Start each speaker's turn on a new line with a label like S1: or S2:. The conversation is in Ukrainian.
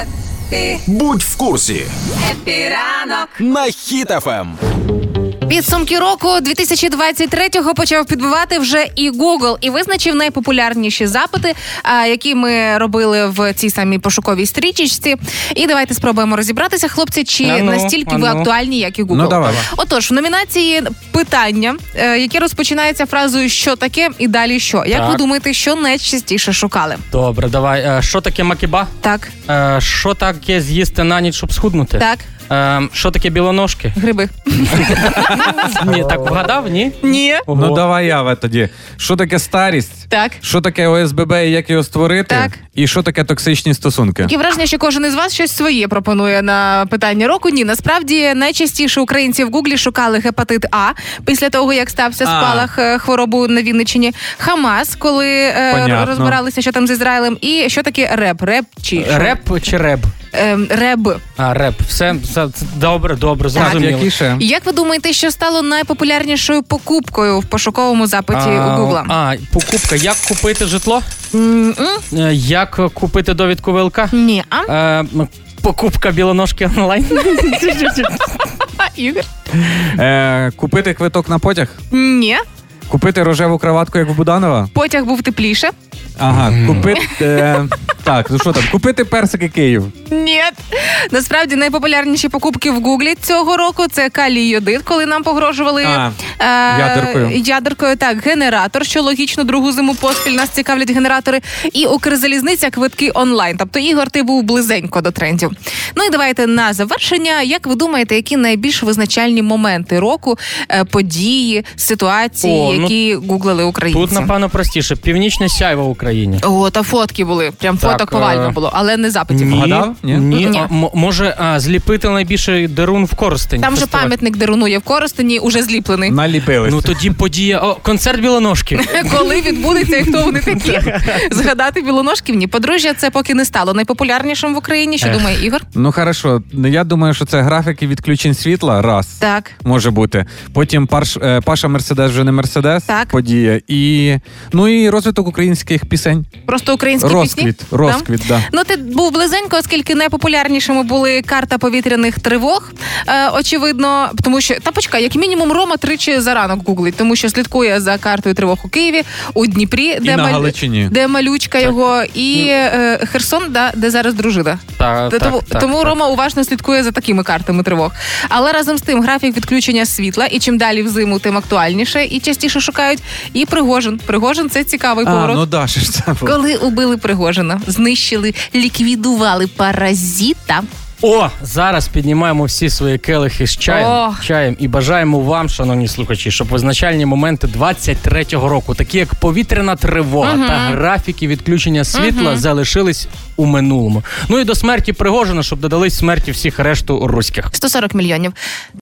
S1: Епі,
S2: Будь в курсі
S1: епі ранок.
S2: на Ем. Хіт-ФМ.
S3: Підсумки року 2023-го почав підбивати вже і Google і визначив найпопулярніші запити, а, які ми робили в цій самій пошуковій стрічечці. І давайте спробуємо розібратися, хлопці, чи
S4: А ну,
S3: настільки
S4: а
S3: ви
S4: ну.
S3: актуальні, як і Google.
S4: Ну, давай.
S3: Отож, в номінації питання, е, яке розпочинається фразою що таке і далі що. Як
S4: Так.
S3: ви думаєте, що найчастіше шукали?
S4: Добре, давай. Е, Що таке макіба?
S3: Так,
S4: Е, Що таке з'їсти на ніч, щоб схуднути?
S3: так,
S4: Е, Що таке білоножки?
S3: гриби.
S4: Ні, так вгадав, ні?
S3: Ні.
S4: Ого.
S5: Ну давай я в- тоді. Що таке старість?
S3: Так.
S5: Що таке ОСББ і як його створити?
S3: Так.
S5: І що таке токсичні стосунки?
S3: Таке враження, що кожен із вас щось своє пропонує на питання року. Ні, насправді найчастіше українці в Гуглі шукали гепатит А після того, як стався спалах е, хворобу на Вінниччині. Хамас, коли е,
S5: Понятно.
S3: розбиралися, що там з Ізраїлем, і що таке реп? Реп чи що?
S4: Реп чи реб?
S3: Ем, реб.
S4: А, реп. Все, все це добре, добре, зрозуміло.
S5: Які ще?
S3: Як ви думаєте, що стало найпопулярнішою покупкою в пошуковому запиті у Гугла?
S4: А, покупка. Як купити житло? Е, Як е, купити довідку ВЛК?
S3: Ні, а
S4: Е, м, Покупка білоножки онлайн.
S3: Ігор?
S5: Е, купити квиток на потяг?
S3: Ні,
S5: Купити рожеву кроватку, як в Буданова?
S3: потяг був тепліше.
S5: Ага, купити. Е, так, ну що там? Купити персики Київ.
S3: Ні. Насправді найпопулярніші покупки в Гуглі цього року це калій йодит, коли нам погрожували
S5: А,
S3: е,
S5: ядеркою.
S3: ядеркою. Так, генератор, що логічно другу зиму поспіль нас цікавлять генератори, і Укрзалізниця квитки онлайн. Тобто, Ігор, ти був близенько до трендів. Ну і давайте на завершення. Як ви думаєте, які найбільш визначальні моменти року, е, події, ситуації,
S4: О, ну,
S3: які гуглили українці?
S4: Тут, напевно, простіше. Північне сяйво в Україні.
S3: О, та фотки були. Прям
S4: Так,
S3: фоток повально
S4: е,
S3: було, але не запитів.
S4: Ні,
S5: Вгадав? Ні?
S4: Ні.
S3: Ні.
S4: А, м- може, а, зліпити найбільший дарун в Коростені.
S3: Там же
S4: Фестиваль.
S3: пам'ятник Деруну є в Коростені, уже зліплений.
S5: Наліпились.
S4: Ну тоді подія. О, концерт білоножки.
S3: Коли відбудеться і хто вони такі? Згадати білоножків? Ні, подружжя це поки не стало найпопулярнішим в Україні. Що
S4: Ех.
S3: думає Ігор?
S5: Ну хорошо, Ну, я думаю, що це графіки відключень світла. Раз.
S3: Так.
S5: Може бути. Потім Парш, е, Паша Мерседес вже не Мерседес.
S3: Так.
S5: Подія. І, ну і розвиток українських пісень.
S3: Просто українські пісні?
S5: Розквіт.
S3: Там?
S5: Розквіт, да.
S3: Ну, ти був близенько, оскільки найпопулярнішими були карта повітряних тривог. Е, очевидно, тому що та почекай, як мінімум, Рома тричі за ранок гуглить, тому що слідкує за картою тривог у Києві, у Дніпрі, де
S5: на
S3: маль-
S5: Галичині. Ну.
S3: де малючка його, і е, Херсон, да, де зараз дружина.
S4: Та-
S3: Та
S4: так,
S3: тому
S4: так,
S3: тому
S4: так.
S3: Рома уважно слідкує за такими картами тривог. Але разом з тим графік відключення світла, і чим далі взиму, тим актуальніше і частіше шукають. І Пригожин. Пригожин це цікавий
S5: А,
S3: поворот.
S5: ну да, що ж це було.
S3: Коли убили Пригожина, знищили, ліквідували паразита.
S4: О, зараз піднімаємо всі свої келихи з чаєм,
S3: О.
S4: чаєм і бажаємо вам, шановні слухачі, щоб визначальні моменти 23-го року, такі як повітряна тривога та графіки відключення світла, залишились у минулому. Ну і до смерті Пригожина, щоб додались смерті всіх решту руських.
S3: 140 мільйонів.